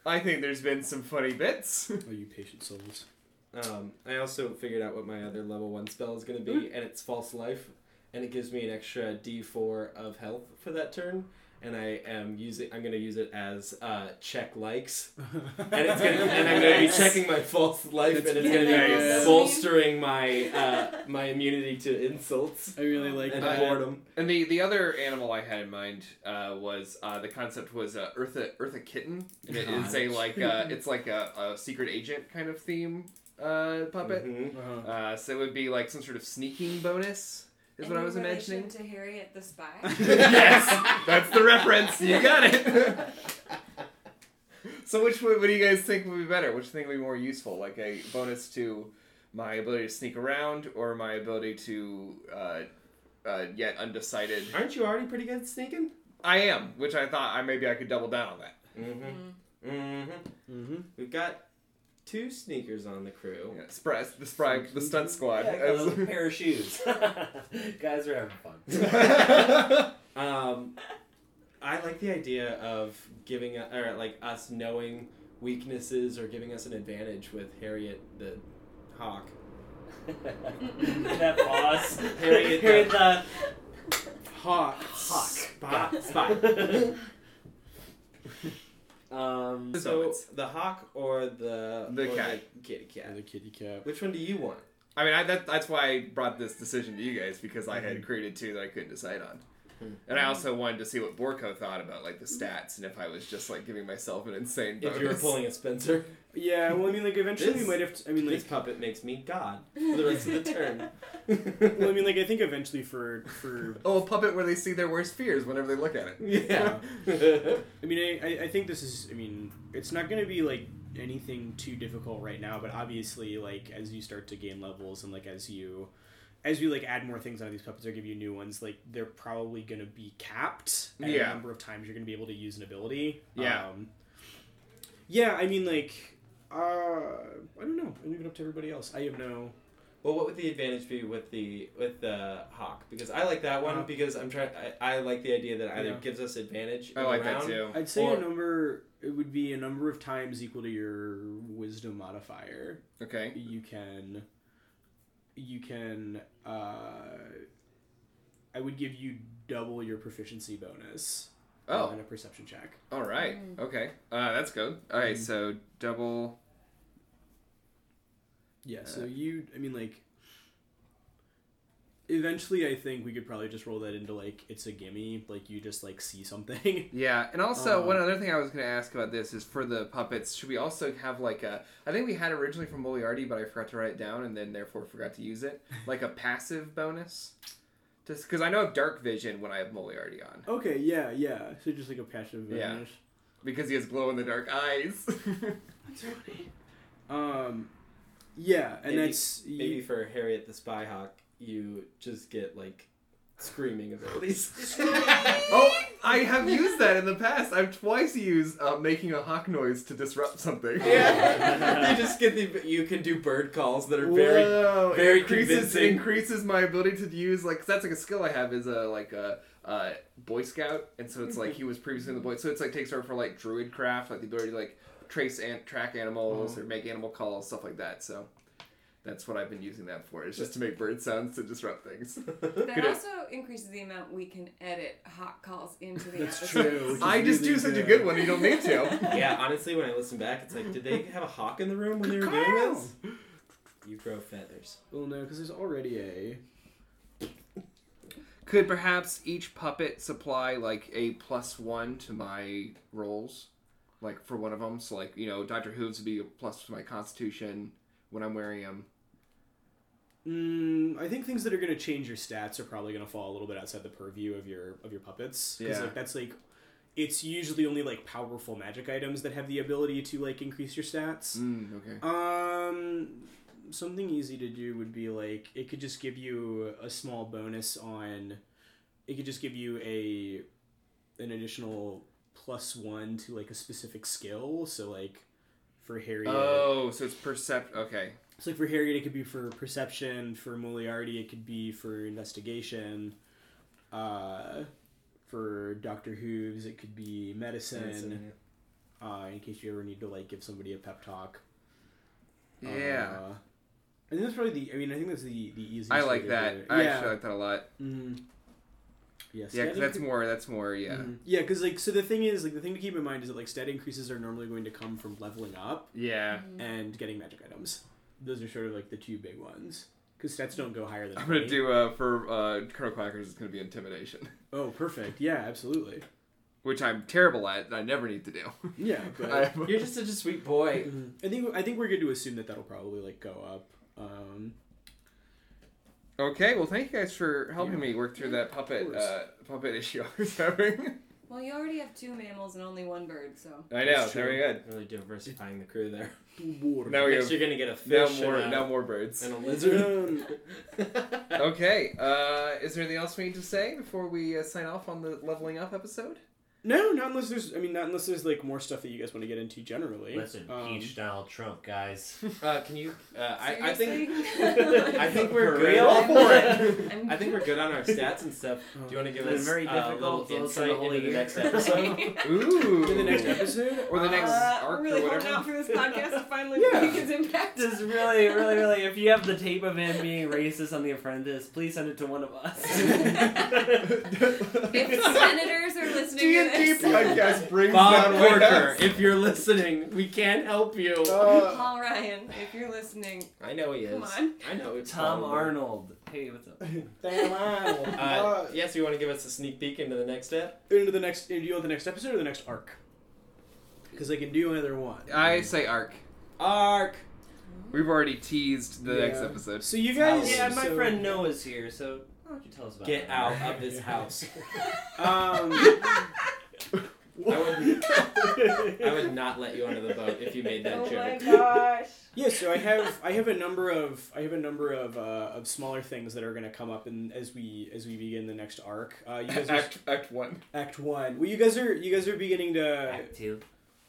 S4: I think there's been some funny bits.
S2: Oh, you patient souls.
S3: Um, I also figured out what my other level one spell is gonna be, and it's false life, and it gives me an extra D4 of health for that turn. And I am using. I'm gonna use it as uh, check likes, and it's gonna. And I'm gonna be checking my false life,
S2: That's
S3: and it's gonna be
S5: nice.
S3: bolstering my uh, my immunity to insults
S2: I really like
S3: and
S4: I-
S2: that.
S3: boredom.
S4: And the, the other animal I had in mind uh, was uh, the concept was uh, Eartha Eartha kitten. And it is a like uh, it's like a, a secret agent kind of theme uh, puppet.
S3: Mhm.
S2: Uh-huh.
S4: Uh, so it would be like some sort of sneaking bonus. Is
S5: And
S4: what I
S5: in
S4: was
S5: relation
S4: imagining.
S5: to Harriet the Spy.
S4: yes, that's the reference. You got it. so, which would, what do you guys think would be better? Which thing would be more useful? Like a bonus to my ability to sneak around, or my ability to uh, uh, yet undecided?
S3: Aren't you already pretty good at sneaking?
S4: I am, which I thought I maybe I could double down on that.
S3: Mm-hmm. Mm-hmm.
S2: Mm-hmm.
S3: We've got two sneakers on the crew.
S4: Yeah, Spry, the Spry, the stunt squad.
S8: Yeah, I got a little
S4: As-
S8: pair of shoes. Guys are having fun.
S3: um, I like the idea of giving a, or like us knowing weaknesses or giving us an advantage with Harriet the hawk.
S8: that boss.
S3: Harriet
S8: Harriet the
S2: Hawk.
S8: hawk.
S3: Spot, spot. Um, so
S4: Moments.
S3: the hawk or the
S4: The
S3: or
S4: cat.
S3: the kitty cat.
S2: the kitty cat.
S3: Which one do you want?
S4: I mean, I, that, that's why I brought this decision to you guys because I
S3: Mm-hmm.
S4: had created two that I couldn't decide on,
S3: Hmm.
S4: and I also wanted to see what Borko thought about like the stats and if I was just like giving myself an insane. Bonus.
S3: If you were pulling a Spencer,
S2: Yeah, well, I mean, like, eventually
S3: This-
S2: we might have to. I mean, like,
S3: this puppet makes me god for the rest of the turn.
S2: well, I mean, like, I think eventually for for.
S4: Oh, a puppet where they see their worst fears whenever they look at it.
S3: yeah.
S2: I mean, I, I- I think this is. I mean, it's not going to be like anything too difficult right now, but obviously, like as you start to gain levels and like as you, as you like add more things onto these puppets or give you new ones, like they're probably going to be capped at
S4: Yeah.
S2: a number of times you're going to be able to use an ability.
S4: Yeah.
S2: Um, yeah, I mean, like, uh, I don't know. I leave it up to everybody else. I have no.
S3: Well, what would the advantage be with the with the hawk? Because I like that one
S4: Uh,
S2: Uh-huh.
S3: because I'm trying. I, I like the idea that either
S2: Yeah.
S3: gives us advantage.
S4: I
S3: in a
S4: like that
S3: round,
S4: too.
S2: I'd say
S3: Or-
S2: a number. It would be a number of times equal to your wisdom modifier.
S4: Okay.
S2: you can you can uh i would give you double your proficiency bonus
S4: Oh.
S2: on a perception check
S4: All right. Okay. Uh, that's good. All right.
S3: Mm-hmm.
S4: So double.
S2: yeah so you i mean like eventually i think we could probably just roll that into like it's a gimme like you just like see something
S4: Yeah, and also one
S2: Um,
S4: other thing I was going to ask about this is for the puppets. Should we also have like a? I think we had originally from Moliarty, but I forgot to write it down, and then therefore forgot to use it. Like a passive bonus, just because I know I have dark vision when I have Moliarty on
S2: okay yeah yeah so just like a passive
S4: Yeah.
S2: bonus.
S4: because he has glow in the dark eyes.
S2: um yeah and
S3: Maybe-
S2: that's
S3: Maybe for Harriet the spy hawk, you just get like screaming abilities.
S4: oh, I have used that in the past. I've twice used uh, making a hawk noise to disrupt something.
S3: yeah, you just get the. You can do bird calls that are very
S4: Whoa, it
S3: very
S4: increases,
S3: convincing.
S4: increases my ability to use like 'cause that's like a skill I have is a like a uh, boy scout, and so it's like he was previously in the boy, so it's like takes over for like druid craft, like the ability to like trace and track animals
S2: Oh.
S4: or make animal calls, stuff like that. So that's what I've been using that for. It's just to make bird sounds to disrupt things.
S5: That
S4: Good.
S5: also increases the amount we can edit hot calls into the
S2: That's
S5: episode.
S2: true, which is
S4: I just
S2: really
S4: do such a
S2: good.
S4: good one. You don't need to.
S3: yeah, honestly, when I listen back, it's like, did they have a hawk in the room when they were doing this? You grow feathers.
S2: well no because there's already a
S4: Could perhaps each puppet supply like a plus one to my rolls, like for one of them? So like you know, Doctor Hooves would be a plus to my Constitution when I'm wearing him.
S2: Mm, I think things that are going to change your stats are probably going to fall a little bit outside the purview of your of your puppets. 'Cause,
S4: Yeah.
S2: like that's like it's usually only like powerful magic items that have the ability to like increase your stats.
S4: Mm, okay.
S2: Um, something easy to do would be like it could just give you a small bonus on. It could just give you a an additional plus one to like a specific skill. So like for Harry.
S4: Oh, so it's percept. Okay.
S2: So like for Harriet, it could be for perception. For Moriarty, it could be for investigation. Uh, for Doctor Hooves, it could be medicine. Uh, in case you ever need to like give somebody a pep talk.
S4: Yeah.
S2: Uh, I think that's probably the. I mean, I think that's the the easiest.
S4: I
S2: way
S4: like
S2: to
S4: that.
S2: do it.
S4: I
S2: yeah.
S4: actually like that a lot.
S2: Mhm. Yes.
S4: Yeah,
S2: that
S4: 'cause that's
S2: incre-
S4: more. That's more. Yeah.
S2: mhm. Yeah, because like so the thing is like the thing to keep in mind is that like stat increases are normally going to come from leveling up
S4: Yeah.
S2: and getting magic items. Those are sort of like the two big ones. Because stats don't go higher than.
S4: I'm gonna
S2: 20.
S4: do uh for uh Colonel Quackers. It's gonna be intimidation,
S2: Oh, perfect. Yeah, absolutely.
S4: which I'm terrible at. and I never need to do.
S2: Yeah, but I,
S4: I-
S3: You're just such a sweet boy.
S2: think I think we're good to assume that that'll probably like go up. Um,
S4: Okay, well, thank you guys for helping me work through that puppet
S2: course.
S4: uh, puppet issue I was having.
S5: Well, you already have two mammals and only one bird, so.
S4: I know,
S3: That's
S4: it's very good.
S3: Really diversifying the crew there.
S4: Now we
S3: Next,
S4: have
S3: you're gonna get a
S4: now
S3: fish
S4: more
S3: and, a,
S4: now more birds.
S3: and a lizard.
S4: Okay, uh, is there anything else we need to say before we uh, sign off on the leveling up episode?
S2: No, not unless there's. I mean, not unless there's like more stuff that you guys want to get into generally.
S8: Listen,
S2: Um,
S8: impeach Donald Trump, guys.
S3: uh, can you? Uh, I, I think
S5: Seriously?
S3: I think we're
S8: For
S3: good.
S8: real?
S3: All for it.
S5: I'm-
S3: I think we're good on our stats and stuff. Do you want to give
S8: It's
S3: us
S8: very
S3: uh, a
S8: difficult
S3: little
S8: to listen
S3: insight
S8: to the whole
S3: into the
S8: year.
S3: next episode?
S4: Ooh,
S2: In the next episode,
S4: or the next
S5: Uh,
S4: arc
S5: I'm really
S4: or
S5: holding
S4: whatever.
S5: out for this podcast to finally
S2: Yeah.
S5: make its impact.
S8: Just really, really, really. If you have the tape of him being racist on The Apprentice, please send it to one of us.
S5: If senators are listening
S4: D
S5: to
S4: and D
S5: this,
S4: podcast brings
S3: Bob
S4: down White
S3: Corker,
S4: House.
S3: if you're listening, we can't help you.
S4: Uh,
S5: Paul Ryan, if you're listening,
S3: I know he is.
S5: Come on.
S3: I know it's
S8: Tom
S3: Paul.
S8: Arnold. Hey, what's up?
S3: Uh, yes, you want to give us a sneak peek into the next step?
S2: into the next. Do you want the next episode or the next arc? Because I can do either one.
S4: I say arc.
S3: Arc.
S4: We've already teased the next
S2: Yeah.
S4: episode.
S2: So you guys,
S8: Yeah, my
S2: so-
S8: friend Noah's here, so why don't you tell us about
S3: Get
S8: that?
S3: out of this house.
S2: Um,
S3: I would, I would not let you under the boat if you made that
S5: oh my
S3: joke.
S5: gosh.
S2: yeah, so I have I have a number of I have a number of uh, of smaller things that are going to come up in as we as we begin the next arc. Uh, you guys are
S4: Act Act One.
S2: act one. Well, you guys are you guys are beginning to
S8: Back to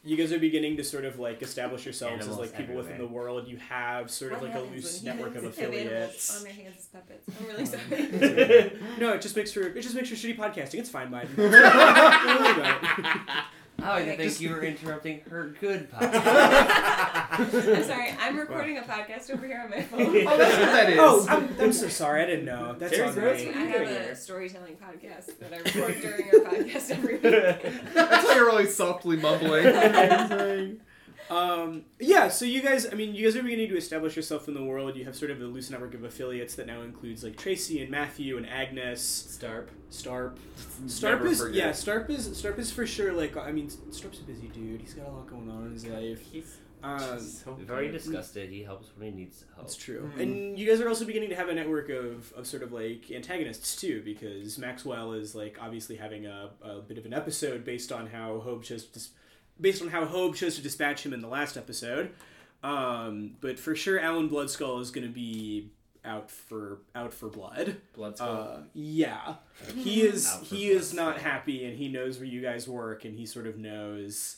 S2: you guys are beginning to sort of like establish yourselves
S8: Animals
S2: as like people within the
S8: everywhere.
S2: world. You have sort of
S5: What
S2: like a
S5: happens
S2: loose
S5: when
S2: network of
S5: humans have animals On
S2: affiliates.
S5: their Oh, hands as puppets. I'm really sorry.
S2: no, it just makes for it just makes for shitty podcasting. It's fine, Biden. Don't worry about it.
S8: I like to think
S5: Just-
S8: you were interrupting her good podcast.
S5: I'm sorry. I'm recording a podcast over here on my phone.
S4: Oh, that's what that is.
S2: oh, I'm, I'm so sorry. I didn't know. That's
S3: Terry
S2: on
S3: Gross?
S5: I
S2: me.
S5: have a storytelling podcast that I record during our podcast every week.
S4: That's why you're really softly mumbling.
S2: um, yeah, so you guys, I mean, you guys are beginning to establish yourself in the world. You have sort of a loose network of affiliates that now includes like Tracy and Matthew and Agnes,
S3: Starp.
S2: Starp. Starp
S4: Never
S2: is
S4: forget.
S2: yeah, Starp is Starp is for sure like I mean, Starp's a busy dude. He's got a lot going on in his life.
S3: He's
S2: Um,
S3: so
S8: We've already
S3: good.
S8: discussed it. He helps when he needs help.
S2: That's true.
S3: Mm-hmm.
S2: And you guys are also beginning to have a network of, of sort of like antagonists too, because Maxwell is like obviously having a, a bit of an episode based on how Hope chose to dis- based on how Hope chose to dispatch him in the last episode. Um, but for sure, Alan Bloodskull is going to be out for out for blood.
S3: Blood Skull.
S2: Uh, yeah, he is.
S8: Out for
S2: He is
S8: Bloodskull.
S2: not happy, and he knows where you guys work, and he sort of knows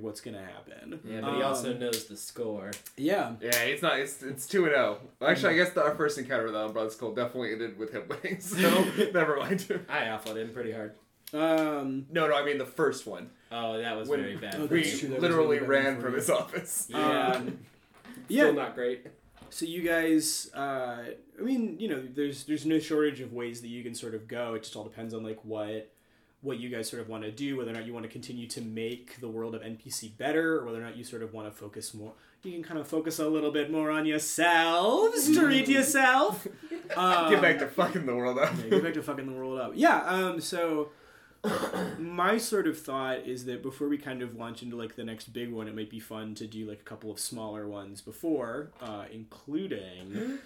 S2: what's going to happen.
S3: yeah, but he also
S2: Um,
S3: knows the score.
S2: yeah.
S4: yeah, it's not. It's it's two and zero. Actually, I guess the, our first encounter with Umbrella Skull definitely ended with him winning. So never mind.
S3: I awful him pretty hard.
S2: Um,
S4: No, no, I mean the first one.
S3: Oh, that was
S4: When-
S3: very bad.
S2: Oh,
S3: for
S2: that's
S4: We
S3: you.
S2: true, that was
S4: literally
S2: really bad
S4: ran
S2: for
S4: from
S2: you.
S4: his office.
S3: Yeah.
S2: Um,
S3: Still
S2: yeah.
S3: not great.
S2: So you guys, uh, I mean, you know, there's there's no shortage of ways that you can sort of go. It just all depends on like what what you guys sort of want to do, whether or not you want to continue to make the world of NPC better, or whether or not you sort of want to focus more. You can kind of focus a little bit more on yourselves to read yourself. Um,
S4: Mm. Get back to fucking the world up.
S2: yeah, get back to fucking the world up. Yeah. Um. So my sort of thought is that before we kind of launch into like the next big one, it might be fun to do like a couple of smaller ones before, uh, including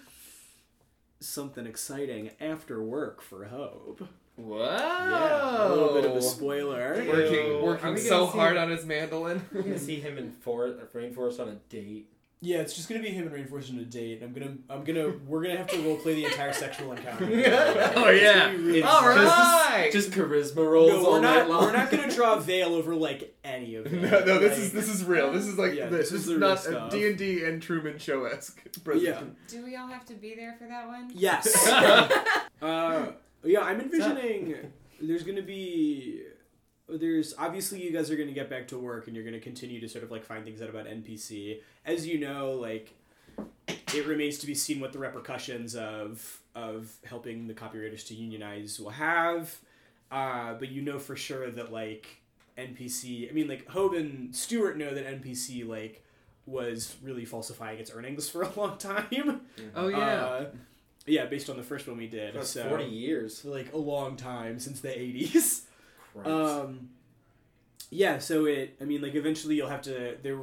S2: something exciting after work for Hope.
S4: Whoa!
S2: A little bit of
S4: Oh.
S2: a spoiler.
S3: We're- Ew.
S4: working
S3: Are
S4: working
S3: we
S4: so
S3: gonna see-
S4: hard on his mandolin.
S3: I'm gonna see him in for- Rainforest on a date.
S2: Yeah, it's just gonna be him and reinforcing a date. I'm gonna, I'm gonna, we're gonna have to role play the entire sexual encounter.
S4: oh yeah!
S3: It's
S4: All right.
S3: Just, just charisma rolls
S2: No,
S3: all
S2: we're
S3: night
S2: not.
S3: long.
S2: We're not gonna draw a veil over like any of it.
S4: No, no, this
S2: Like-
S4: is this is real. This is like
S2: Yeah,
S4: this,
S2: this is
S4: is
S2: the real
S4: not a
S2: stuff.
S4: D and D and Truman Show esque.
S2: Yeah.
S5: Do we all have to be there for that one?
S2: Yes. uh, yeah, I'm envisioning there's going to be. There's obviously you guys are going to get back to work and you're going to continue to sort of like find things out about NPC. As you know, like it remains to be seen what the repercussions of of helping the copywriters to unionize will have. Uh, but you know for sure that like NPC, I mean like Hobe and Stewart know that NPC like was really falsifying its earnings for a long time.
S4: Oh
S2: Uh, yeah, based on the first one we did.
S3: That's
S2: so,
S3: Forty years.
S2: so, like a long time since the 80s.
S3: Christ.
S2: Um, yeah, so it, I mean, like eventually you'll have to, there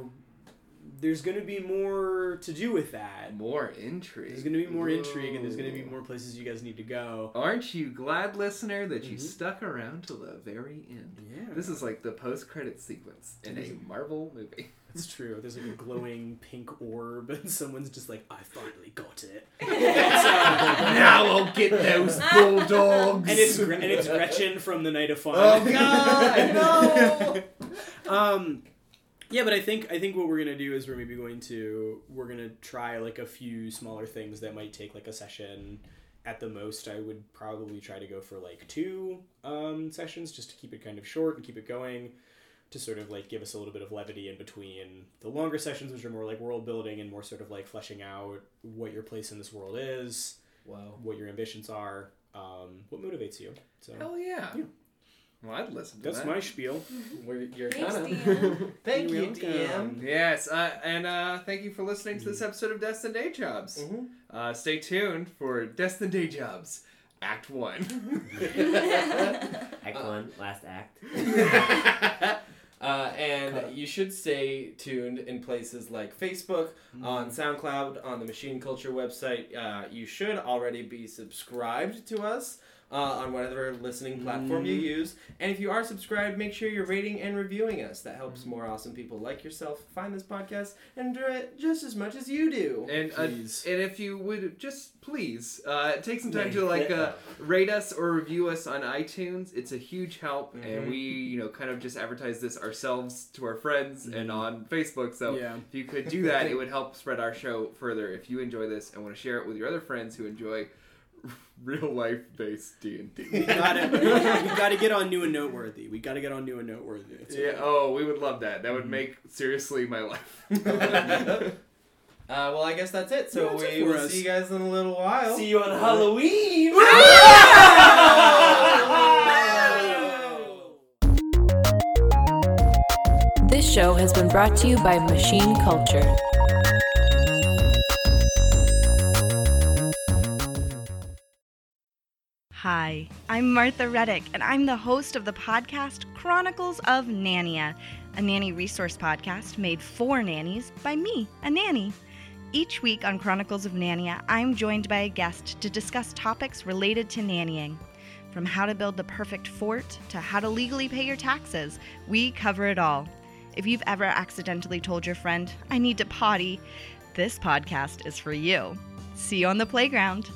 S2: there's going to be more to do with that.
S4: More
S2: There's
S4: intrigue.
S2: going to be more intrigue, and there's going to be
S4: Ooh.
S2: more places you guys need to go.
S4: Aren't you glad, listener, that you
S2: Mhm.
S4: stuck around till the very end?
S2: Yeah,
S4: This is like the post-credit sequence in a Marvel movie.
S2: that's true. There's like a glowing pink orb, and someone's just like, "I finally got it."
S4: now I'll get those bulldogs.
S2: And it's Gre- and it's Gretchen from the Night of Fun.
S4: Oh God, no!
S2: um yeah but i think i think what we're gonna do is we're maybe going to we're gonna try like a few smaller things that might take like a session at the most i would probably try to go for like two um sessions just to keep it kind of short and keep it going to sort of like give us a little bit of levity in between the longer sessions which are more like world building and more sort of like fleshing out what your place in this world is
S3: Wow.
S2: what your ambitions are um, what motivates you so
S4: Hell Oh, yeah!
S2: Yeah.
S4: Well, I'd listen to
S2: that's
S4: that.
S2: my spiel
S3: We're, you're
S5: Thanks,
S3: kinda-
S5: DM.
S8: Thank
S2: You're
S8: you,
S2: welcome.
S8: DM.
S4: Yes, uh, and uh, thank you for listening to this episode of Destin Day Jobs.
S3: Mhm.
S4: Uh, stay tuned for Destin Day Jobs, Act One.
S8: Act one, last act.
S3: Uh, and you should stay tuned in places like Facebook,
S2: Mm.
S3: on SoundCloud, on the Machine Culture website. Uh, you should already be subscribed to us uh, on whatever listening platform you
S2: Mm.
S3: use. And if you are subscribed, make sure you're rating and reviewing us. That
S2: Mm.
S3: helps more awesome people like yourself find this podcast and enjoy it just as much as you do.
S4: and uh, and
S2: Please.
S4: if you would just please uh, take some time to like uh, rate us or review us on iTunes. It's a huge help, and
S3: Mhm.
S4: we you know kind of just advertise this ourselves to our friends and on Facebook. So
S2: Yeah.
S4: if you could do that, it would help spread our show further. If you enjoy this and want to share it with your other friends who enjoy real life based D and D.
S2: We gotta, we gotta get on new and noteworthy. We gotta get on new and noteworthy. It's
S4: Yeah. Oh, we would love that. That would make seriously my life.
S3: uh, well, I guess that's it. So
S2: Yeah, that's it
S3: we
S2: for
S3: will
S2: us.
S3: see you guys in a little while.
S8: See you on Halloween.
S9: This show has been brought to you by Machine Culture.
S10: Hi, I'm Martha Reddick, and I'm the host of the podcast Chronicles of Nania, a nanny resource podcast made for nannies by me, a nanny. Each week on Chronicles of Nania, I'm joined by a guest to discuss topics related to nannying. From how to build the perfect fort to how to legally pay your taxes, we cover it all. If you've ever accidentally told your friend, I need to potty, this podcast is for you. See you on the playground.